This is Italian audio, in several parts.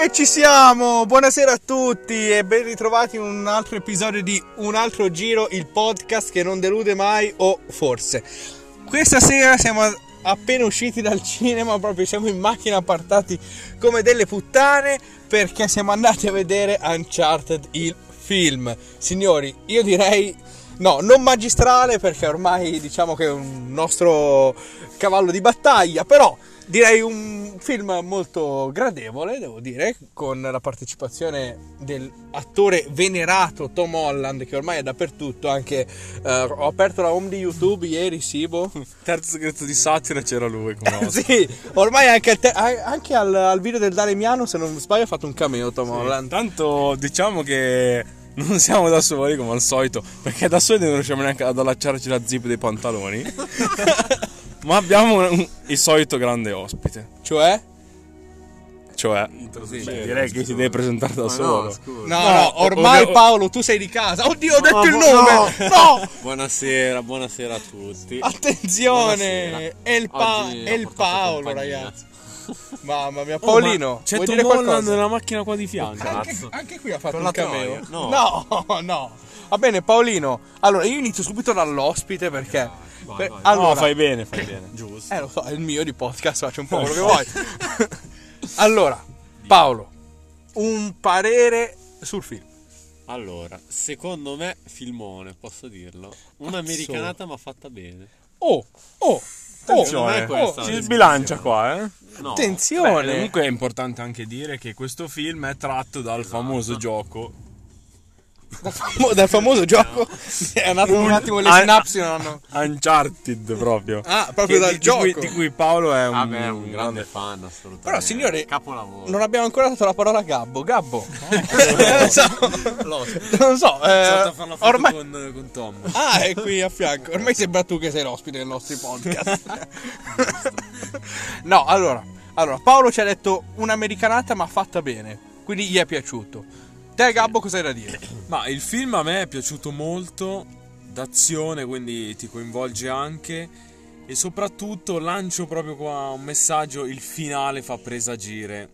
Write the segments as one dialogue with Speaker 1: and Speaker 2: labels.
Speaker 1: E ci siamo! Buonasera a tutti e ben ritrovati in un altro episodio di Un altro giro, il podcast che non delude mai o forse. Questa sera siamo appena usciti dal cinema, proprio siamo in macchina appartati come delle puttane perché siamo andati a vedere Uncharted il film. Signori, io direi No, non magistrale perché ormai diciamo che è un nostro cavallo di battaglia, però direi un film molto gradevole, devo dire, con la partecipazione dell'attore venerato Tom Holland che ormai è dappertutto, anche eh, ho aperto la home di YouTube ieri, Sibo.
Speaker 2: Terzo segreto di Satira c'era lui come ospite.
Speaker 1: Eh, sì, ormai anche, al, te- anche al- al video del Daremiano, se non sbaglio, ha fatto un cameo Tom Holland.
Speaker 2: Intanto diciamo che non siamo da soli come al solito, perché da soli non riusciamo neanche ad allacciarci la zip dei pantaloni. Ma abbiamo un- un- il solito grande ospite,
Speaker 1: Cioè?
Speaker 2: cioè beh,
Speaker 3: Sì, sì,
Speaker 2: direi che si deve presentare da
Speaker 3: Ma
Speaker 2: solo.
Speaker 3: no, scusa.
Speaker 1: No, no, ormai
Speaker 2: ovvio-
Speaker 1: Paolo, tu sei di casa. Oddio, ho detto
Speaker 3: No,
Speaker 1: il
Speaker 3: bu-
Speaker 1: nome. no!
Speaker 3: Buonasera, buonasera a tutti.
Speaker 1: Ah. Attenzione!
Speaker 3: Buonasera.
Speaker 1: È il, pa-
Speaker 3: Oggi
Speaker 1: è
Speaker 3: ho
Speaker 1: il
Speaker 3: portato
Speaker 1: Paolo,
Speaker 3: compagnia.
Speaker 1: ragazzi. Mamma mia,
Speaker 2: Oh, ma
Speaker 1: Paolino,
Speaker 2: c'è
Speaker 1: vuoi
Speaker 2: Tom
Speaker 1: dire
Speaker 2: Holland
Speaker 1: qualcosa?
Speaker 2: nella macchina qua di fianco.
Speaker 1: Anche, anche qui ha fatto
Speaker 3: Con
Speaker 1: un
Speaker 3: la
Speaker 1: cameo.
Speaker 3: Troia?
Speaker 1: No. no, Va bene, Paolino. Allora, io inizio subito dall'ospite perché. per- allora,
Speaker 2: No, fai bene, fai bene.
Speaker 3: Giusto.
Speaker 1: eh, lo so, è il mio di podcast, faccio un po' quello che vuoi. allora, Paolo, un parere sul film.
Speaker 3: Allora, secondo me filmone, posso dirlo. Un'americanata ma fatta bene.
Speaker 1: Oh, oh, oh,
Speaker 3: Attenzione.
Speaker 1: oh,
Speaker 3: questa
Speaker 2: Ci
Speaker 3: discussione.
Speaker 2: sbilancia qua, eh.
Speaker 3: No.
Speaker 1: attenzione.
Speaker 2: Beh, comunque è importante anche dire che questo film è tratto dal famoso gioco
Speaker 1: Mo- dal famoso gioco è andato un attimo le
Speaker 2: Ah,
Speaker 1: sinapsi non hanno
Speaker 2: Uncharted proprio.
Speaker 1: Ah, proprio
Speaker 2: Che
Speaker 1: dal
Speaker 2: di- di
Speaker 1: gioco.
Speaker 2: cui- di cui Paolo è un,
Speaker 3: Ah, beh, è un grande fan, assolutamente.
Speaker 1: Però, signore,
Speaker 3: capolavoro.
Speaker 1: non abbiamo ancora dato la parola a Gabbo Gabbo non so, non so eh, ormai
Speaker 3: con, Tom.
Speaker 1: ah è qui a fianco ormai sembra tu che sei l'ospite del nostro podcast no allora allora Paolo ci ha detto un'americanata ma fatta bene quindi gli è piaciuto te Gabbo cosa hai da dire
Speaker 4: Ma il film a me è piaciuto molto, d'azione, quindi ti coinvolge anche e soprattutto lancio proprio qua un messaggio, il finale fa presagire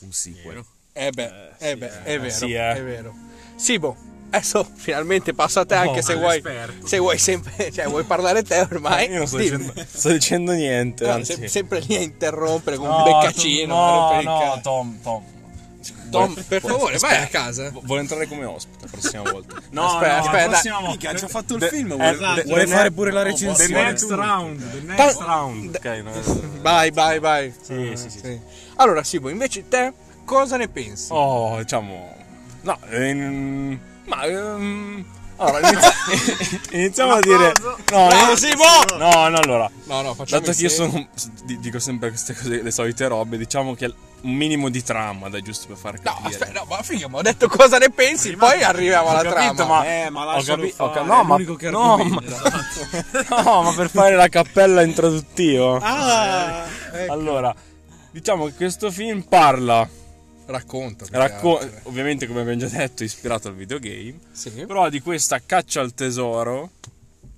Speaker 4: un sequel.
Speaker 1: eh beh, eh beh è vero
Speaker 2: sì, eh.
Speaker 1: è vero Sibo adesso finalmente passo a te
Speaker 2: Oh,
Speaker 1: anche se vuoi se vuoi sempre cioè vuoi parlare te
Speaker 4: Ah,
Speaker 1: ormai
Speaker 2: Eh,
Speaker 4: ecco,
Speaker 2: Io non sto
Speaker 1: dimmi.
Speaker 2: dicendo, sto dicendo niente.
Speaker 1: No,
Speaker 2: anzi.
Speaker 1: se- sempre lì a interrompere con un beccacino. a rompere il cazzo.
Speaker 2: Tom, Tom.
Speaker 1: Tom, per favore, vai a casa.
Speaker 2: Vu- Vuole entrare come ospite la prossima volta. No,
Speaker 1: Aspetta, aspetta.
Speaker 4: Minchia, ci ha fatto il
Speaker 2: De-
Speaker 4: film,
Speaker 2: eh, de-
Speaker 4: vuole- the
Speaker 2: vuole
Speaker 4: next-
Speaker 2: fare pure la
Speaker 4: The
Speaker 2: recensione.
Speaker 4: next round, the next
Speaker 1: Ta-
Speaker 4: round.
Speaker 2: Ok, no.
Speaker 1: Vai, vai, vai.
Speaker 2: Sì, sì, sì.
Speaker 1: Allora, Sibo, invece te cosa ne pensi?
Speaker 2: Oh, diciamo. No, ehm, ma. ehm, allora, inizia- iniziamo a dire. No,
Speaker 1: Bravo,
Speaker 2: io-
Speaker 1: Simo!
Speaker 2: No, no, allora.
Speaker 1: No, no, facciamo
Speaker 2: Dato che io
Speaker 1: insieme.
Speaker 2: sono. di- Dico sempre queste cose, le solite robe, diciamo che un minimo di trama, dai, giusto per far
Speaker 1: No,
Speaker 2: capire.
Speaker 1: aspetta, no, ma figa, mi ho detto cosa ne pensi, poi arriviamo alla trama.
Speaker 2: Eh, ma
Speaker 4: lascialo fare,
Speaker 2: no,
Speaker 4: è
Speaker 2: ma,
Speaker 4: l'unico che
Speaker 2: no, ma, no, ma per fare la cappella introduttiva.
Speaker 1: Ah, ecco.
Speaker 2: Allora, diciamo che questo film parla,
Speaker 1: racconta. più
Speaker 2: racco-
Speaker 1: che altro.
Speaker 2: ovviamente come abbiamo già detto, ispirato al videogame,
Speaker 1: Sì,
Speaker 2: però di questa caccia al tesoro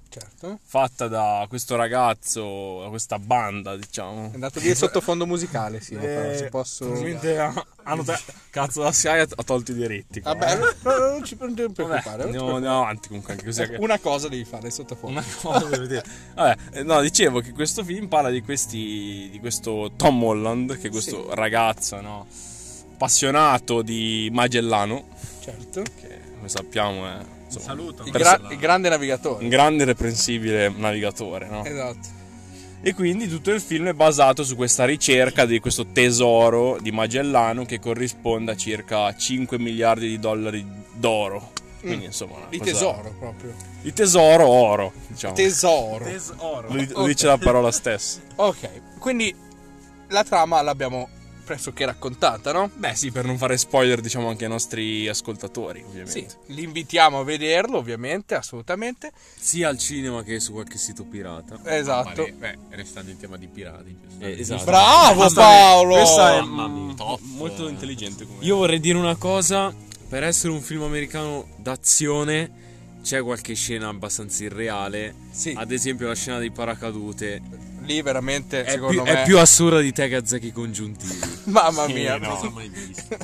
Speaker 1: certo.
Speaker 2: fatta da questo ragazzo, da questa banda, diciamo.
Speaker 1: È andato via il sottofondo musicale, sì, però se posso...
Speaker 2: Eh, Probabilmente ha- ah, hanno te- cazzo la CIA ha tolto i diritti. qua.
Speaker 1: Vabbè, no, no, no, non ci non ti
Speaker 2: Eh. Vabbè,
Speaker 1: preoccupare. non ti
Speaker 2: andiamo, andiamo avanti comunque anche così.
Speaker 1: preoccupare. Una cosa devi fare il sottofondo.
Speaker 2: una cosa devo dire. Vabbè, eh, no, dicevo che questo film parla di questi di questo Tom Holland, che è questo ragazzo, no, appassionato di Magellano,
Speaker 1: Certo.
Speaker 2: che come sappiamo è insomma,
Speaker 4: Saluto.
Speaker 1: Il, gra- il grande navigatore.
Speaker 2: un grande irreprensibile navigatore, no?
Speaker 1: Esatto.
Speaker 2: E quindi tutto il film è basato su questa ricerca di questo tesoro di Magellano che corrisponde a circa 5 miliardi di dollari d'oro. Quindi, insomma, una
Speaker 1: Mm. Di
Speaker 2: cosa-
Speaker 1: tesoro proprio.
Speaker 2: Di tesoro oro, diciamo.
Speaker 1: Tesoro.
Speaker 2: Lo di- lo dice la parola stessa.
Speaker 1: ok, quindi la trama l'abbiamo pressoché raccontata, no?
Speaker 2: Beh, sì, per non fare spoiler, diciamo anche ai nostri ascoltatori,
Speaker 1: Sì.
Speaker 2: ovviamente.
Speaker 1: Li invitiamo a vederlo, ovviamente, assolutamente.
Speaker 4: Sia al cinema che su qualche sito pirata.
Speaker 1: Esatto.
Speaker 3: Beh, restando in tema di pirati, giusto?
Speaker 2: Eh, esatto.
Speaker 1: Bravo
Speaker 2: Questa è-
Speaker 1: Paolo!
Speaker 2: Questa è
Speaker 3: Mamma
Speaker 2: mm,
Speaker 3: mia, top.
Speaker 2: molto intelligente come
Speaker 4: Io vorrei dire una cosa, per essere un film americano d'azione c'è qualche scena abbastanza irreale,
Speaker 1: Sì.
Speaker 4: ad esempio la scena dei paracadute
Speaker 1: Lì veramente,
Speaker 4: è
Speaker 1: secondo
Speaker 4: più,
Speaker 1: me...
Speaker 4: è più assurda di Tegazaki congiuntivi.
Speaker 1: Mamma
Speaker 2: Sì,
Speaker 1: mia.
Speaker 2: Eh, no.
Speaker 3: Non l'ho mai visto.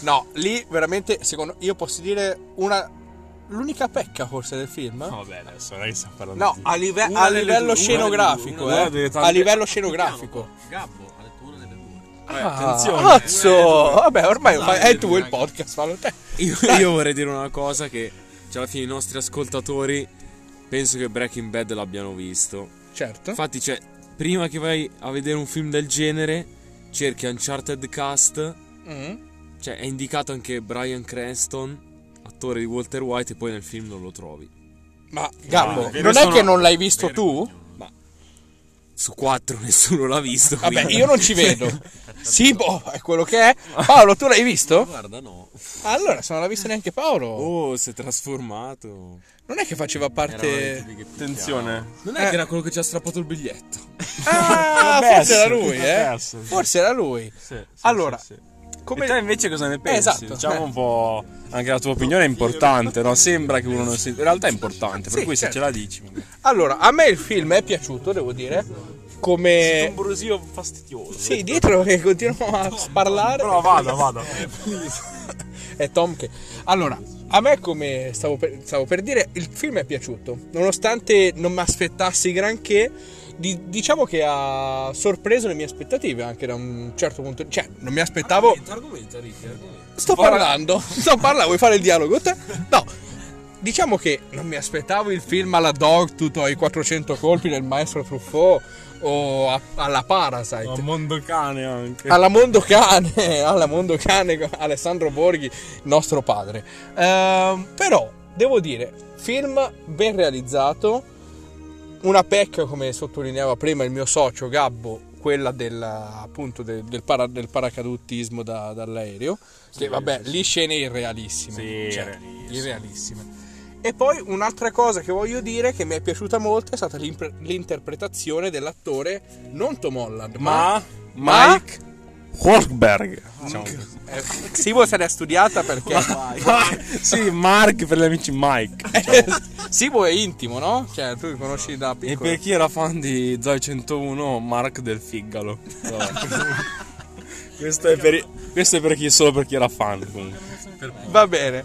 Speaker 1: No, lì veramente, secondo io posso dire una l'unica pecca forse del film.
Speaker 2: No, vabbè, adesso dai che stiamo parlando.
Speaker 1: No,
Speaker 2: di-
Speaker 1: a, live-
Speaker 3: Una
Speaker 1: a
Speaker 3: delle
Speaker 1: livello
Speaker 3: due, una
Speaker 1: scenografico,
Speaker 3: delle due,
Speaker 2: una
Speaker 1: eh.
Speaker 2: delle tante-
Speaker 1: A livello scenografico.
Speaker 3: Gabbo ha detto una delle due.
Speaker 2: Eh,
Speaker 1: Ah,
Speaker 2: attenzione.
Speaker 1: Cazzo! Vabbè, ormai lo
Speaker 3: Dai,
Speaker 1: fai. Eh, tu
Speaker 3: raga.
Speaker 1: il podcast, fallo te.
Speaker 4: Io, io vorrei dire una cosa che cioè, alla fine i nostri ascoltatori penso che Breaking Bad l'abbiano visto.
Speaker 1: Certo.
Speaker 4: Infatti, cioè, prima che vai a vedere un film del genere, cerchi Uncharted Cast,
Speaker 1: Mm.
Speaker 4: cioè è indicato anche Brian Cranston, attore di Walter White, e poi nel film non lo trovi.
Speaker 1: Ma Gabbo,
Speaker 2: vero,
Speaker 1: non è
Speaker 2: sono-
Speaker 1: che non l'hai visto tu?
Speaker 4: Su quattro nessuno l'ha visto.
Speaker 1: Vabbè,
Speaker 4: quindi-
Speaker 1: io non ci vedo. sì, boh, è quello che è. Paolo, tu l'hai visto?
Speaker 3: Guarda, no.
Speaker 1: Allora, se non l'ha visto neanche Paolo.
Speaker 4: Oh, si è trasformato.
Speaker 1: Non è che faceva
Speaker 2: Eh,
Speaker 3: Eravamo
Speaker 1: parte. Eh.
Speaker 3: tutti che
Speaker 2: Attenzione.
Speaker 4: Non è che era quello che ci ha strappato il biglietto.
Speaker 1: Ah,
Speaker 2: Potrebbe
Speaker 1: forse era
Speaker 2: essere,
Speaker 1: lui,
Speaker 2: potrebbe
Speaker 1: eh.
Speaker 2: essere, sì.
Speaker 1: Forse era lui.
Speaker 2: Sì, sì,
Speaker 1: Allora,
Speaker 2: sì, sì. E te
Speaker 1: Come.
Speaker 2: invece cosa ne pensi?
Speaker 1: esatto,
Speaker 2: Diciamo
Speaker 1: eh.
Speaker 2: un po'. Anche la tua opinione è importante, no? Sembra che uno non si. In realtà è importante, per
Speaker 1: Sì,
Speaker 2: cui se
Speaker 1: certo.
Speaker 2: ce la dici. magari.
Speaker 1: Allora, a me il film è piaciuto, devo dire. Come.
Speaker 2: brusio fastidioso.
Speaker 1: Sì, dietro che continuiamo a parlare.
Speaker 2: Però vada, vada.
Speaker 1: È Tom che. Allora, a me come stavo per, stavo per dire, il film è piaciuto. Nonostante non mi aspettassi granché, di- diciamo che ha sorpreso le mie aspettative anche da un certo punto di Cioè, non mi aspettavo.
Speaker 4: Argomenta, Ricky, argomenta.
Speaker 1: Sto parlando, sto parlando, vuoi fare il dialogo te? No. Diciamo che non mi aspettavo il film alla Dogtooth o ai 400 colpi del maestro Truffaut o a- alla Parasite
Speaker 2: mondo cane anche.
Speaker 1: alla Mondocane, alla Mondocane Alessandro Borghi, nostro padre. Ehm, però devo dire, film ben realizzato, una pecca come sottolineava prima il mio socio Gabbo, quella del, appunto del, del para- del paracadutismo da- dall'aereo, che vabbè, lì scene irrealissime,
Speaker 2: Sì,
Speaker 1: cioè,
Speaker 2: irrealissime.
Speaker 1: irrealissime. E poi un'altra cosa che voglio dire che mi è piaciuta molto è stata l'impre- l'interpretazione dell'attore non Tom Holland,
Speaker 2: Ma.
Speaker 1: ma-
Speaker 2: Mike. Holberg. Diciamo.
Speaker 1: eh, Sivo se l'è studiata perché
Speaker 2: sì, Mark per gli amici Mike.
Speaker 1: Sivo è intimo, no? Cioè, tu lo conosci da
Speaker 2: E
Speaker 1: piccolo.
Speaker 2: per chi era fan di Zoe 101, Mark del Figalo. questo, è per, questo è per chi solo per chi era fan. Comunque.
Speaker 1: Va bene.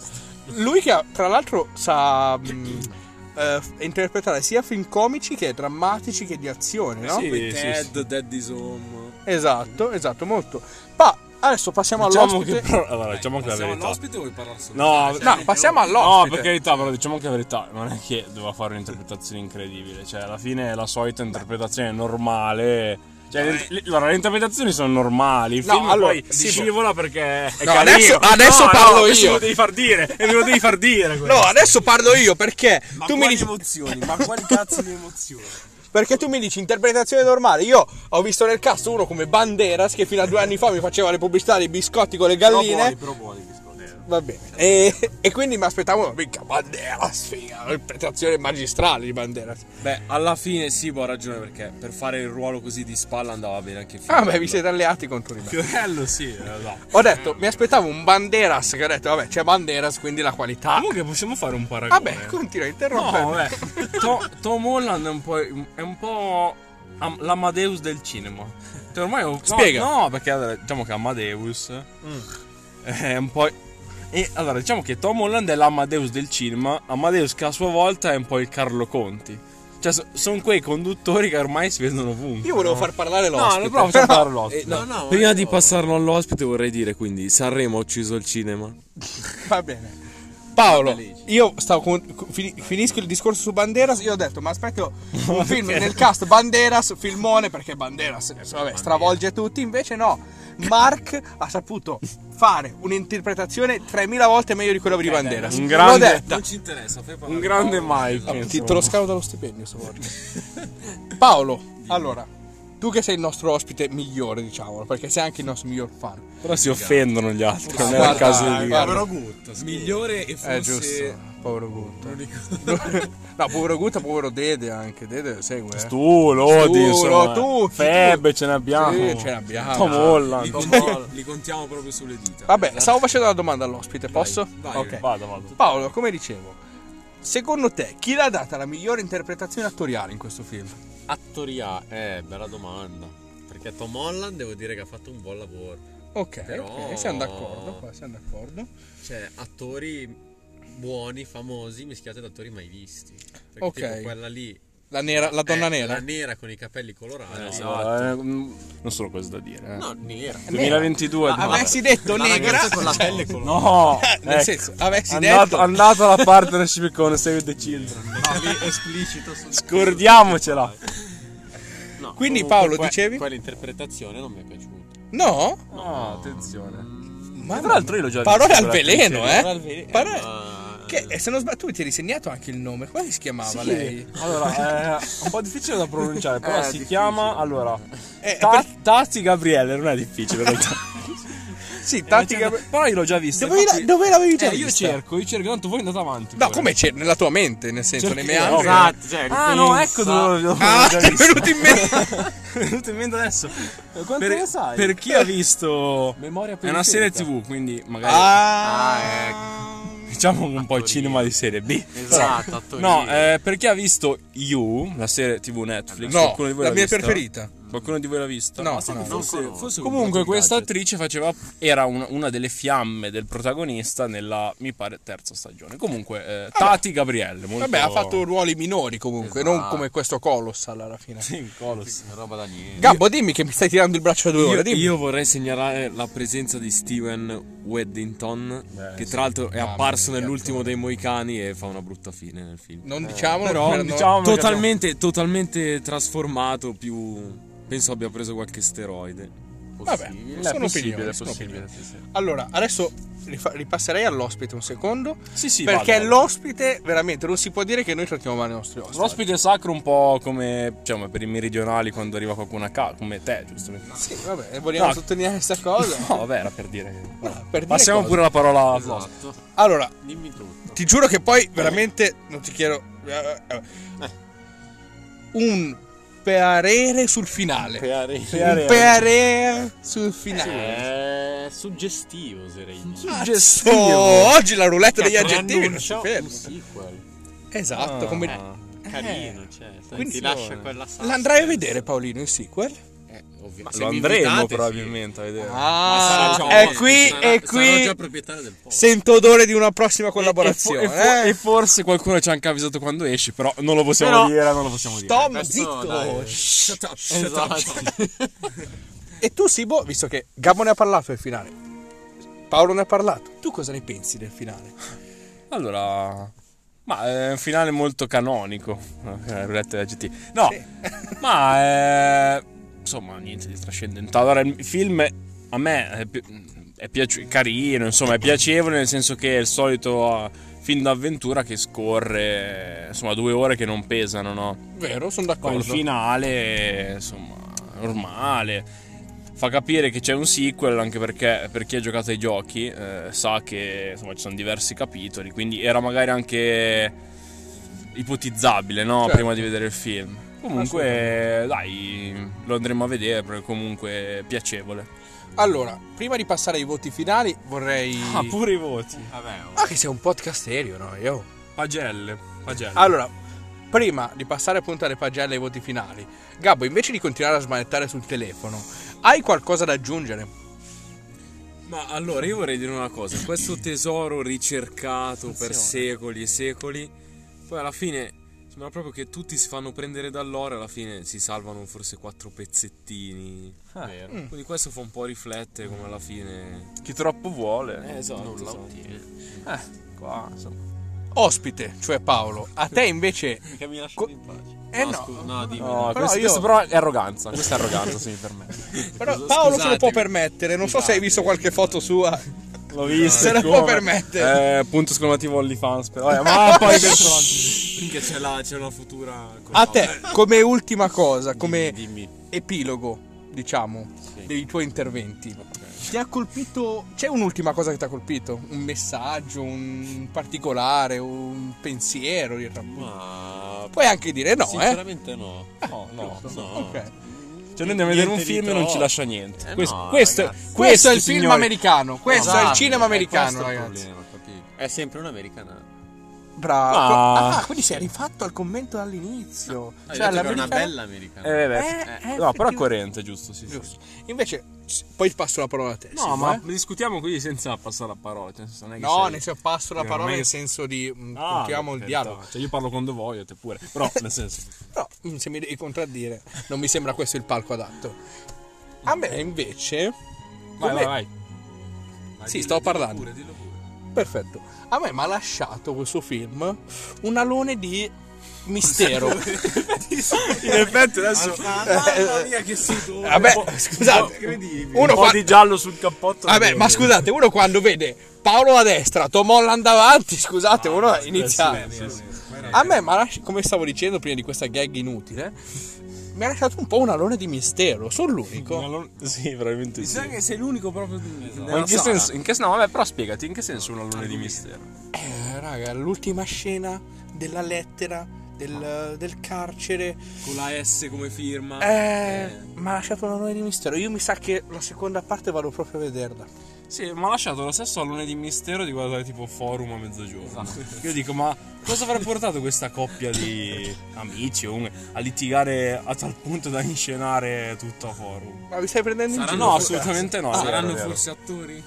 Speaker 1: Lui che ha- tra l'altro sa mh, eh, interpretare sia film comici che drammatici che di azione, no?
Speaker 2: Sì, sì,
Speaker 4: Ted,
Speaker 2: sì.
Speaker 4: Dead is Home.
Speaker 1: Esatto, esatto, molto. Ma adesso passiamo
Speaker 2: Diciamo che
Speaker 1: all'ospite.
Speaker 2: però, allora, diciamo anche la
Speaker 4: Passiamo
Speaker 2: verità.
Speaker 4: all'ospite o vuoi parlare solo?
Speaker 2: No,
Speaker 1: No, passiamo
Speaker 2: No,
Speaker 1: all'ospite.
Speaker 2: per carità, però diciamo anche la verità, non è che doveva fare un'interpretazione incredibile, cioè alla fine è la solita interpretazione normale. Cioè, le- allora, le interpretazioni sono normali, il
Speaker 1: eh. No,
Speaker 2: film
Speaker 1: allora,
Speaker 2: poi
Speaker 1: sì,
Speaker 2: scivola perché è
Speaker 1: No,
Speaker 2: carino.
Speaker 1: adesso- adesso
Speaker 2: No, no,
Speaker 1: parlo
Speaker 2: questo
Speaker 1: io.
Speaker 2: Me lo devi far dire, e me lo devi far dire. questo.
Speaker 1: No, adesso parlo io perché
Speaker 3: Ma
Speaker 1: tu mi
Speaker 3: quali
Speaker 1: dici
Speaker 3: emozioni? Ma quali cazzo di emozioni?
Speaker 1: Perché tu mi dici interpretazione normale. Io ho visto nel cast uno come Banderas che fino a due anni fa mi faceva le pubblicità dei biscotti con le
Speaker 3: Però
Speaker 1: galline.
Speaker 3: buoni, però buoni biscotti. eh.
Speaker 1: Va bene. E, e quindi mi aspettavo, mica Banderas, figa, interpretazione magistrale di Banderas.
Speaker 4: Beh, alla fine Sibo ha ragione perché per fare il ruolo così di spalla andava bene anche il film.
Speaker 1: Ah, beh, vi siete alleati contro di me.
Speaker 2: Fiorello
Speaker 3: eh,
Speaker 2: sì, esatto.
Speaker 1: Ho detto, mi aspettavo un Banderas che ho detto, vabbè, c'è Banderas, quindi la qualità. eh.
Speaker 2: Comunque possiamo fare un paragone.
Speaker 1: Vabbè, continua a
Speaker 2: No,
Speaker 1: interrompermi.
Speaker 2: vabbè.
Speaker 4: To- Tom Holland è un po', è un po' am- l'Amadeus del cinema. Cioè, ormai è un- no,
Speaker 1: Spiega.
Speaker 4: No, perché allora, diciamo che Amadeus è un po'. E allora, diciamo che Tom Holland è l'Amadeus del cinema. Amadeus, che a sua volta è un po' il Carlo Conti. Cioè, sono quei conduttori che ormai si vedono ovunque.
Speaker 1: Io volevo
Speaker 4: no?
Speaker 1: far parlare
Speaker 2: No,
Speaker 1: l'ospite.
Speaker 2: no, però facciamo parlare l'ospite.
Speaker 4: No,
Speaker 3: no,
Speaker 4: prima
Speaker 3: io-
Speaker 4: di passarlo all'ospite vorrei dire quindi Sanremo ha ucciso il cinema.
Speaker 1: Va bene. Paolo, io stavo con- con- fini- finisco il discorso su Banderas. Io ho detto, ma aspetto un film nel cast Banderas, filmone perché Banderas vabbè, stravolge tutti. Invece, no, Mark ha saputo fare un'interpretazione 3000 volte meglio di quella di Banderas.
Speaker 2: dai, un grande-
Speaker 1: L'ho detta.
Speaker 4: ci interessa, fai parlare.
Speaker 2: Un grande Mike.
Speaker 1: Ah, ti-
Speaker 2: insomma.
Speaker 1: te lo scavo dallo stipendio stavolta. Paolo, allora, tu che sei il nostro ospite migliore, diciamolo, perché sei anche il nostro miglior fan.
Speaker 2: Però si offendono gli altri, non era
Speaker 1: guarda,
Speaker 2: il caso di dire.
Speaker 1: guarda.
Speaker 3: Povero Gutto. scusa.
Speaker 4: Migliore e forse
Speaker 1: È Eh, giusto, povero Gutta. no, povero Gutta, povero Dede anche. Dede segue. eh.
Speaker 2: Tu, Lodi,
Speaker 1: Tu,
Speaker 2: insomma.
Speaker 1: tu, chi-
Speaker 2: Febbe ce n'abbiamo.
Speaker 1: Sì, ce l'abbiamo.
Speaker 2: Tom Holland.
Speaker 4: Li, conti- li contiamo proprio sulle dita.
Speaker 1: Vabbè, stavo facendo la domanda all'ospite, posso?
Speaker 4: vai,
Speaker 1: Ok.
Speaker 2: Vado, vado.
Speaker 1: Paolo, come dicevo, secondo te chi l'ha data la migliore interpretazione attoriale in questo film?
Speaker 3: Attoria, eh, bella domanda. Perché Perché Tom Holland devo dire che ha fatto un buon lavoro.
Speaker 1: Ok,
Speaker 3: Però-
Speaker 1: ok, siamo d'accordo, qua siamo d'accordo.
Speaker 3: Cioè, attori buoni, famosi, mischiati ad attori mai visti. Perché
Speaker 1: Ok.
Speaker 3: tipo quella lì.
Speaker 1: La, nera, la donna
Speaker 3: è
Speaker 1: nera.
Speaker 3: Eh, La nera con i capelli colorati.
Speaker 2: Eh, mm, non sono cose da dire. eh.
Speaker 3: No, nera.
Speaker 2: 2022
Speaker 1: Ma Ah, avessi detto
Speaker 3: La
Speaker 1: negra, Cioè,
Speaker 3: ragazza con la pelle colorata.
Speaker 2: No,
Speaker 1: nel
Speaker 2: ecco,
Speaker 1: senso, avessi
Speaker 2: andato,
Speaker 1: detto...
Speaker 2: andato alla partnership con Save the Children.
Speaker 3: lì esplicito su
Speaker 2: Scordiamocela.
Speaker 3: No,
Speaker 1: Quindi,
Speaker 3: comunque
Speaker 1: Paolo,
Speaker 3: que-
Speaker 1: dicevi?
Speaker 3: Quell'interpretazione non mi è piaciuta.
Speaker 1: No?
Speaker 2: No, attenzione.
Speaker 1: Ma
Speaker 2: tra l'altro io l'ho già
Speaker 1: Parole
Speaker 2: visto
Speaker 1: al
Speaker 2: quella
Speaker 1: veleno,
Speaker 2: attrice,
Speaker 1: eh? Parole...
Speaker 3: Eh,
Speaker 1: Che, e se non sbaglio, tu ti hai risegnato anche il nome. Come si chiamava lei?
Speaker 2: Allora, eh, è un po' difficile da pronunciare, però si chiama allora
Speaker 1: Eh,
Speaker 2: Ta- Tati Gabriele, non è difficile in realtà.
Speaker 1: Sì,
Speaker 2: Tati
Speaker 1: tanti
Speaker 2: Gabriele, cioè, però io l'ho già vista.
Speaker 1: Dove, la-
Speaker 2: infatti-
Speaker 1: dove l'avevi già
Speaker 2: Eh, io
Speaker 1: vista?
Speaker 2: cerco, io cerco, tanto voi andate avanti.
Speaker 1: No,
Speaker 2: pure.
Speaker 1: come c'è? Nella tua mente, nel senso, nei
Speaker 2: Cerchi-
Speaker 1: meandri.
Speaker 2: Esatto.
Speaker 3: cioè,
Speaker 2: Ah, no, ecco dove dove
Speaker 1: Ah,
Speaker 2: l'ho già
Speaker 1: ti è
Speaker 2: vista.
Speaker 1: venuto in mente.
Speaker 2: È venuto in mente adesso.
Speaker 4: Quanto
Speaker 2: per,
Speaker 4: ne sai?
Speaker 2: per chi ha visto
Speaker 4: Memoria
Speaker 2: è una
Speaker 4: periferica.
Speaker 2: serie tv quindi magari
Speaker 1: Ah,
Speaker 2: diciamo un po' il cinema di serie B
Speaker 3: Esatto, attori.
Speaker 2: no eh, per chi ha visto You la serie tv Netflix
Speaker 1: No,
Speaker 2: qualcuno di voi
Speaker 1: la
Speaker 2: l'ha
Speaker 1: mia
Speaker 2: vista?
Speaker 1: preferita.
Speaker 2: qualcuno di voi l'ha vista
Speaker 1: No,
Speaker 2: Ma
Speaker 1: no.
Speaker 2: forse,
Speaker 3: conosco.
Speaker 2: forse
Speaker 4: Comunque
Speaker 2: comunque questa
Speaker 4: questa
Speaker 2: attrice faceva era un- una delle fiamme del protagonista nella mi pare terza stagione comunque eh, Tati Gabrielle molto...
Speaker 1: Vabbè, ha fatto ruoli minori comunque, non come questo Colossal alla fine.
Speaker 2: Ah. Sì, un colosso.
Speaker 3: roba da niente.
Speaker 1: Gabbo, dimmi che mi stai tirando il braccio a due
Speaker 4: Io,
Speaker 1: ore. Dimmi.
Speaker 4: io vorrei segnalare la presenza di Steven Weddington, che tra l'altro è apparso nell'ultimo dei Moicani e fa una brutta fine nel film.
Speaker 1: Non diciamolo,
Speaker 2: però
Speaker 1: per non-
Speaker 2: diciamo che
Speaker 4: Totalmente, totalmente trasformato, più... Penso abbia preso qualche steroide.
Speaker 1: Vabbè,
Speaker 2: abbiamo-
Speaker 1: sono
Speaker 2: è possibile,
Speaker 1: opinioni,
Speaker 2: è
Speaker 1: sono
Speaker 2: possibile.
Speaker 1: opinioni.
Speaker 2: sì, sì.
Speaker 1: Allora, adesso rifa- ripasserei all'ospite un secondo.
Speaker 2: Sì, sì,
Speaker 1: perché
Speaker 2: vado.
Speaker 1: l'ospite, veramente, non si può dire che noi trattiamo male i nostri ospiti.
Speaker 2: L'ospite sacro un po' come diciamo, per i meridionali quando arriva qualcuno a casa, come te, giustamente.
Speaker 1: Sì, vabbè, vogliamo
Speaker 2: No.
Speaker 1: sottolineare questa cosa.
Speaker 2: No, vabbè, era per dire.
Speaker 1: No, per dire
Speaker 2: Passiamo
Speaker 1: cosa.
Speaker 2: pure la parola a
Speaker 3: Esatto.
Speaker 1: Allora,
Speaker 3: Dimmi tutto.
Speaker 1: ti giuro che poi veramente non ti chiedo eh, eh, un parere sul finale. Un parere sul finale.
Speaker 3: eh. È suggestivo, oserei dire.
Speaker 2: Ah,
Speaker 1: Cazzo, oggi la roulette degli
Speaker 3: Che
Speaker 1: aggettivi non si
Speaker 3: annuncia
Speaker 1: ferma.
Speaker 3: Ecco, un sequel.
Speaker 1: Esatto, come
Speaker 3: Carino, cioè. sai,
Speaker 1: Quindi-
Speaker 3: ti lascia quella sala. Eh,
Speaker 1: l'andrai a vedere Paolino il sequel?
Speaker 2: Lo andremo probabilmente a vedere.
Speaker 1: Ah,
Speaker 3: e
Speaker 1: e qui e qui
Speaker 3: Sarò già proprietario del posto.
Speaker 1: sento odore di una prossima
Speaker 2: E, fo-
Speaker 1: collaborazione.
Speaker 2: e fo-
Speaker 1: eh.
Speaker 2: e forse qualcuno ci ha anche avvisato quando esce, però non lo possiamo
Speaker 1: Però-
Speaker 2: dire, non lo possiamo dire.
Speaker 1: Tom,
Speaker 3: Questo,
Speaker 1: zitto.
Speaker 3: dai.
Speaker 1: Shut up, shut up.
Speaker 3: Esatto.
Speaker 1: E tu, Sibo, visto che Gabbo ne ha parlato del finale, Paolo ne ha parlato, tu cosa ne pensi del finale?
Speaker 2: Allora, ma è un finale molto canonico. Eh, roulette della GT. No, ma eh, insomma, niente di trascendentale. Allora, il film a me è, pi- è piaci- carino, insomma, è piacevole nel senso che è il solito eh, film d'avventura che scorre, insomma, due ore che non pesano, no?
Speaker 1: Vero, sono
Speaker 2: Poi il finale, insomma, normale. Fa capire che c'è un sequel anche perché per chi ha giocato ai giochi eh, sa che insomma, ci sono diversi capitoli, quindi era magari anche ipotizzabile no?
Speaker 1: Certo.
Speaker 2: prima di vedere il film. Comunque dai, lo andremo a vedere perché comunque è piacevole.
Speaker 1: Allora, prima di passare ai voti finali, vorrei.
Speaker 2: Ah, pure i voti.
Speaker 3: Vabbè, oh.
Speaker 1: Ah, che sei un podcast serio, no? Io.
Speaker 2: Pagelle, pagelle.
Speaker 1: Allora, prima di passare appunto alle pagelle ai voti finali, Gabbo, invece di continuare a smanettare sul telefono, hai qualcosa da aggiungere?
Speaker 4: Ma allora io vorrei dire una cosa, questo tesoro ricercato per secoli e secoli, poi alla fine sembra proprio che tutti si fanno prendere dall'oro e alla fine si salvano forse quattro pezzettini.
Speaker 3: vero.
Speaker 4: Quindi questo fa un po' riflettere come alla fine...
Speaker 2: Chi troppo vuole.
Speaker 4: esatto,
Speaker 3: Non la ottiene.
Speaker 2: qua, insomma.
Speaker 1: Ospite, cioè Paolo, a te invece.
Speaker 3: Che mi
Speaker 1: Co-
Speaker 3: lasciano in pace.
Speaker 1: Eh no.
Speaker 3: scusa, no, dimmi.
Speaker 2: No,
Speaker 1: Però
Speaker 2: questo,
Speaker 1: io-
Speaker 2: questo però è arroganza, questa è arroganza, se mi permette.
Speaker 1: Però Paolo se lo può
Speaker 3: scusatemi.
Speaker 1: permettere, non so se hai visto qualche foto sua.
Speaker 2: L'ho visto.
Speaker 1: Se la
Speaker 2: come-
Speaker 1: può permettere.
Speaker 2: Eh, punto esclamativo OnlyFans. Però, eh, ma poi Cioè, questo
Speaker 4: Finché c'è, la, c'è una futura...
Speaker 1: A te, come ultima cosa, come
Speaker 3: Eh, Dimmi.
Speaker 1: epilogo, diciamo, dei tuoi interventi. Ti ha colpito. C'è un'ultima cosa che ti ha colpito? Un messaggio, un particolare, un pensiero? il rap-
Speaker 3: Ma
Speaker 1: Puoi anche dire no, eh?
Speaker 3: Sinceramente no. No, no, no.
Speaker 1: Ok.
Speaker 2: Cioè, noi andiamo a vedere un
Speaker 3: Niente di
Speaker 2: film e non ci
Speaker 3: troppo.
Speaker 2: lascia niente.
Speaker 3: Eh
Speaker 2: questo,
Speaker 3: no,
Speaker 2: questo,
Speaker 3: ragazzi.
Speaker 2: questo,
Speaker 1: Questo è il film
Speaker 2: signori,
Speaker 1: americano, questo è il
Speaker 3: Esatto,
Speaker 1: cinema
Speaker 3: è questo
Speaker 1: americano,
Speaker 3: il
Speaker 1: ragazzi.
Speaker 3: Cioè, problema, capito? È sempre un'americana.
Speaker 1: Bravo.
Speaker 2: Ah.
Speaker 1: Ah, quindi si è rifatto al commento all'inizio.
Speaker 3: Ah,
Speaker 1: cioè,
Speaker 3: cioè, è una
Speaker 1: l'americana-
Speaker 3: bella americana.
Speaker 2: Eh, beh,
Speaker 1: Eh, eh,
Speaker 2: no, però
Speaker 1: effettivamente.
Speaker 2: è coerente, giusto? Sì, sì.
Speaker 1: Giusto. Invece, s- poi passo la parola a te.
Speaker 2: No,
Speaker 1: Silvio,
Speaker 2: ma
Speaker 1: eh.
Speaker 2: discutiamo qui senza passare la parola. Cioè, non è che
Speaker 1: No,
Speaker 2: sei-
Speaker 1: nel senso, passo la
Speaker 2: Io non
Speaker 1: parola
Speaker 2: è che-
Speaker 1: nel senso di mm,
Speaker 2: Ah,
Speaker 1: continuiamo il
Speaker 2: per
Speaker 1: dialogo.
Speaker 2: carità. Cioè, io parlo quando voglio, te pure. Però, nel senso,
Speaker 1: Però mm, se mi devi contraddire, non mi sembra questo il palco adatto. A me invece.
Speaker 2: vai,
Speaker 1: come-
Speaker 2: vai, vai.
Speaker 1: Sì, sto parlando.
Speaker 4: Pure, dillo pure.
Speaker 1: Perfetto. A me mi ha lasciato questo film un alone di mistero.
Speaker 2: In effetti, adesso.
Speaker 4: Mamma mia, che sudore.
Speaker 1: Vabbè,
Speaker 4: boh,
Speaker 1: scusate.
Speaker 4: incredibile.
Speaker 1: Uno
Speaker 2: un po'
Speaker 1: fa-
Speaker 2: di giallo sul cappotto.
Speaker 1: Vabbè, ma scusate, uno quando vede Paolo a destra, Tomolland davanti, scusate, uno inizia. A me, ma lasci- come stavo dicendo prima di questa gag inutile, mi ha lasciato un po' un alone di mistero. Sono l'unico.
Speaker 2: Sì, veramente
Speaker 4: Mi sa
Speaker 2: sì.
Speaker 4: che sei l'unico proprio
Speaker 2: Ma in
Speaker 4: nella
Speaker 2: che
Speaker 4: sala.
Speaker 2: senso? In che, no, vabbè, però spiegati, in che senso una luna di mistero?
Speaker 1: Eh, raga, l'ultima scena della lettera, del, del carcere.
Speaker 4: con la S come firma.
Speaker 1: Eh, mi ha lasciato un alone di mistero. Io mi sa che la seconda parte vado proprio a vederla.
Speaker 2: Sì, mi ha lasciato lo stesso alone di mistero di guardare tipo forum a mezzogiorno.
Speaker 4: Esatto.
Speaker 2: Io dico, ma cosa avrà portato questa coppia di amici o un- a litigare a tal punto da inscenare tutto a forum?
Speaker 1: Ma vi stai prendendo in
Speaker 2: Ah,
Speaker 1: giro?
Speaker 2: no,
Speaker 1: sto cazzo?
Speaker 2: assolutamente no. vero,
Speaker 4: Saranno
Speaker 2: vero.
Speaker 4: forse attori?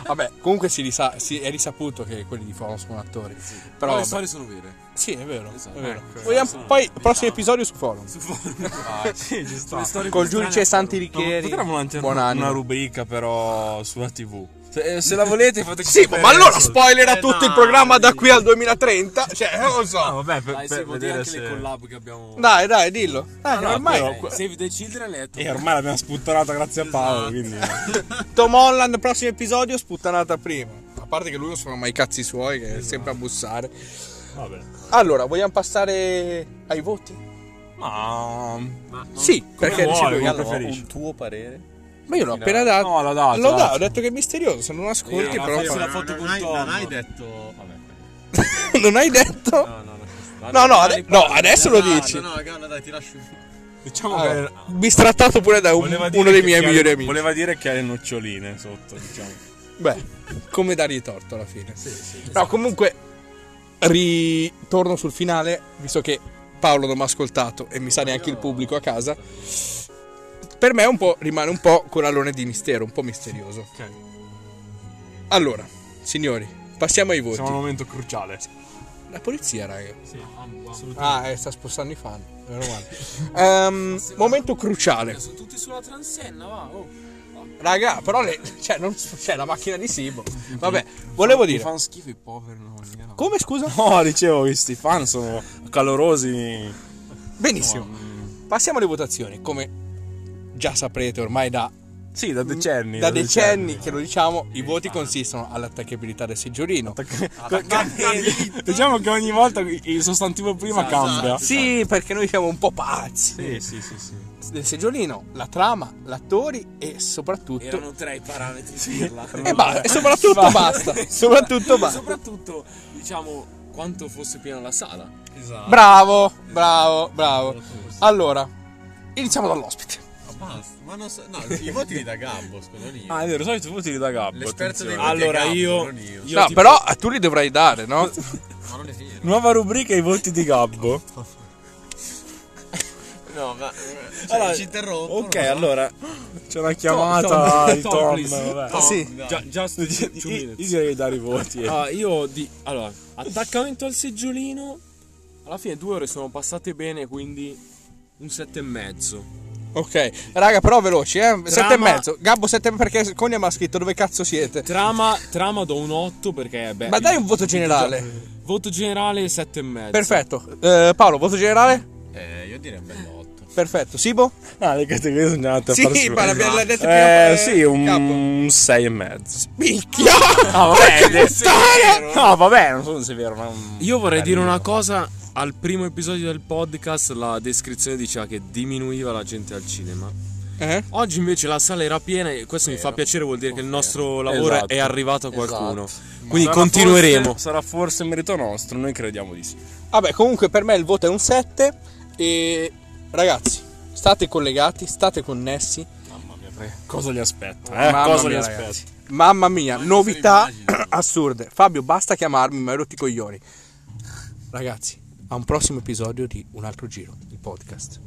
Speaker 1: Vabbè, comunque si risa- si è risaputo che quelli di Forum sono attori. Però
Speaker 4: Però le
Speaker 1: vabbè.
Speaker 4: storie sono vere.
Speaker 1: Sì, è vero.
Speaker 4: Esatto.
Speaker 1: è vero.
Speaker 4: Ecco,
Speaker 1: Vogliamo-
Speaker 4: sono-
Speaker 1: poi,
Speaker 4: diciamo.
Speaker 1: prossimo episodio su Forum.
Speaker 2: Ah, sì, ci sta.
Speaker 4: Le storie
Speaker 1: Col
Speaker 4: più strane
Speaker 1: giudice
Speaker 4: a Forum.
Speaker 1: Santi Richeri.
Speaker 2: Potremmo lanciare
Speaker 1: Buon
Speaker 2: una,
Speaker 1: animo.
Speaker 2: una rubrica però sulla TV. Se, se la volete fate
Speaker 1: Sì, ma allora spoilera
Speaker 3: Eh,
Speaker 1: tutto il
Speaker 3: no,
Speaker 1: programma da
Speaker 3: dai.
Speaker 1: qui al 2030. Cioè, non lo so.
Speaker 2: Ah, vabbè, per,
Speaker 4: Dai,
Speaker 2: per
Speaker 4: sì, vuol dire
Speaker 2: vedere
Speaker 4: anche
Speaker 2: se...
Speaker 4: le collab che abbiamo.
Speaker 1: Dai, dai, dillo. Dai,
Speaker 2: no,
Speaker 1: ormai
Speaker 2: però-
Speaker 4: Eh, Save the Children è
Speaker 2: E ormai l'abbiamo sputtonata grazie a Paolo, quindi...
Speaker 1: Tom Holland, prossimo episodio, sputtanata prima. A parte che lui non sono mai i cazzi suoi, che è sempre a bussare.
Speaker 2: Vabbè.
Speaker 1: Allora, vogliamo passare ai voti?
Speaker 2: Ma...
Speaker 1: sì, perché
Speaker 2: vuole,
Speaker 1: dicevo
Speaker 2: come
Speaker 1: io-
Speaker 2: preferisci. preferisci?
Speaker 3: un tuo parere?
Speaker 1: Ma io l'ho appena dato.
Speaker 2: No, l'ho dato,
Speaker 1: L'ho
Speaker 2: l'ho
Speaker 1: dato,
Speaker 2: dato.
Speaker 1: ho detto che è misterioso, se non ascolti
Speaker 4: Eh,
Speaker 1: però...
Speaker 4: forse
Speaker 1: fa-
Speaker 4: la foto
Speaker 3: non,
Speaker 4: con
Speaker 3: hai,
Speaker 4: Tom.
Speaker 3: non hai detto... Vabbè.
Speaker 1: non hai detto?
Speaker 3: No, no, no.
Speaker 1: No, no, ade- no, adesso lo dici.
Speaker 3: No, no, no, dai, ti lascio un
Speaker 2: Diciamo
Speaker 1: Ah,
Speaker 2: che...
Speaker 1: bistrattato pure da un-
Speaker 2: voleva dire
Speaker 1: uno dei
Speaker 2: che
Speaker 1: miei
Speaker 2: ha-
Speaker 1: migliori amici.
Speaker 2: Voleva dire che ha le noccioline sotto, diciamo.
Speaker 1: Beh, come dargli torto alla fine. no, comunque, ritorno sul finale, visto che Paolo non mi ha ascoltato e mi sa neanche il pubblico a casa. Per me è un po', rimane un po' corallone di mistero, un po' misterioso.
Speaker 2: Ok.
Speaker 1: Allora, signori, passiamo ai voti.
Speaker 2: Siamo al momento cruciale.
Speaker 1: La polizia, raga.
Speaker 2: Sì,
Speaker 1: Ah,
Speaker 2: assolutamente.
Speaker 1: eh, sta spostando i fan. Meno male. Ehm, momento cruciale.
Speaker 4: Sono tutti sulla transenna, va. Oh.
Speaker 1: Raga, però le- cioè, non- c'è la macchina di Sibo. Vabbè, volevo
Speaker 4: Mi
Speaker 1: dire.
Speaker 4: fanno schifo i poveri. No, no.
Speaker 1: Come scusa?
Speaker 2: No, dicevo, questi fan sono calorosi.
Speaker 1: Benissimo. Passiamo alle votazioni. Come già saprete ormai da,
Speaker 2: Sì, Mm, da decenni.
Speaker 1: da decenni che lo diciamo, i voti consistono all'attaccabilità del seggiolino.
Speaker 2: Ah, Diciamo che ogni volta il sostantivo prima cambia.
Speaker 1: Sì, perché noi siamo un po' pazzi.
Speaker 2: Sì, sì, sì, sì.
Speaker 1: Del seggiolino, la trama, l'attori e soprattutto...
Speaker 4: Erano tre i
Speaker 3: Ah,
Speaker 4: parametri di dirla.
Speaker 1: E, ba- e soprattutto basta. Soprattutto basta.
Speaker 4: Soprattutto, diciamo, quanto fosse piena la sala.
Speaker 3: Esatto.
Speaker 1: Bravo, bravo, bravo. Allora, iniziamo dall'ospite.
Speaker 3: Ah, Basta. Ma non so... No, i voti li da Gabbo, scusa, non io.
Speaker 2: Ah, è vero, solito voti da Gabbo.
Speaker 3: L'esperto dei
Speaker 2: attenzione.
Speaker 3: voti è
Speaker 2: Allora,
Speaker 3: Gabbo,
Speaker 2: io,
Speaker 3: non io.
Speaker 2: io
Speaker 1: no,
Speaker 2: ti-
Speaker 1: però a tu li dovrai dare, no?
Speaker 3: Ma non è vero.
Speaker 2: Nuova rubrica i voti di Gabbo.
Speaker 3: No, ma... Cioè,
Speaker 2: Allora,
Speaker 3: ci interrompo.
Speaker 2: Ok,
Speaker 3: non so.
Speaker 2: allora c'è una chiamata
Speaker 3: Ah,
Speaker 4: Tom,
Speaker 2: di
Speaker 4: Tom,
Speaker 2: Tom.
Speaker 4: please.
Speaker 2: vabbè.
Speaker 3: No,
Speaker 1: sì.
Speaker 3: dai.
Speaker 4: Già, già sto
Speaker 2: Io io direi di dare i voti. eh.
Speaker 4: Ah, io di... Allora, attaccamento al seggiolino. Alla fine due ore sono passate bene, quindi un sette e mezzo.
Speaker 1: Ok, raga, però veloci, eh. Sette e mezzo. Gabbo sette perché Conia mi ha scritto dove cazzo siete.
Speaker 4: Trama, trama do un 8 perché beh,
Speaker 1: Ma dai
Speaker 4: il-
Speaker 1: un voto generale.
Speaker 4: Voto generale 7 e mezzo.
Speaker 1: Perfetto. Eh, Paolo, voto generale?
Speaker 3: Eh, io direi un bel 8.
Speaker 1: Perfetto. Sibo?
Speaker 2: Ah, le categorie sono andate a
Speaker 1: Sì,
Speaker 2: farsi-
Speaker 1: ma l'abbiamo l'ha detto prima,
Speaker 2: Eh,
Speaker 1: eh,
Speaker 2: sì,
Speaker 1: Gabbo.
Speaker 2: un 6 e mezzo.
Speaker 1: Minchia!
Speaker 2: Ah, vabbè, de-
Speaker 1: Puttana!
Speaker 2: no, vabbè, non so se è vero, ma un-
Speaker 4: Io vorrei dire
Speaker 2: carino.
Speaker 4: una cosa al primo episodio del podcast la descrizione diceva che diminuiva la gente al cinema.
Speaker 1: Eh?
Speaker 4: Oggi invece la sala era piena e questo mi fa piacere, vuol dire che il nostro lavoro
Speaker 2: Esatto.
Speaker 4: è arrivato a qualcuno. Quindi
Speaker 2: Sarà
Speaker 4: continueremo.
Speaker 2: forse- sarà forse merito nostro, noi crediamo di sì.
Speaker 1: Vabbè, comunque per me il voto è un 7 e ragazzi, state collegati, state connessi.
Speaker 2: Mamma mia, cosa gli aspetta? eh?
Speaker 1: Mamma
Speaker 2: cosa
Speaker 1: mia,
Speaker 2: gli
Speaker 1: ragazzi.
Speaker 2: aspetta?
Speaker 1: Mamma mia,
Speaker 3: Ma io
Speaker 1: novità
Speaker 3: se le immagino.
Speaker 1: assurde. Fabio, basta chiamarmi, ma ero ti coglioni. Ragazzi, a un prossimo episodio di Un altro giro, il podcast.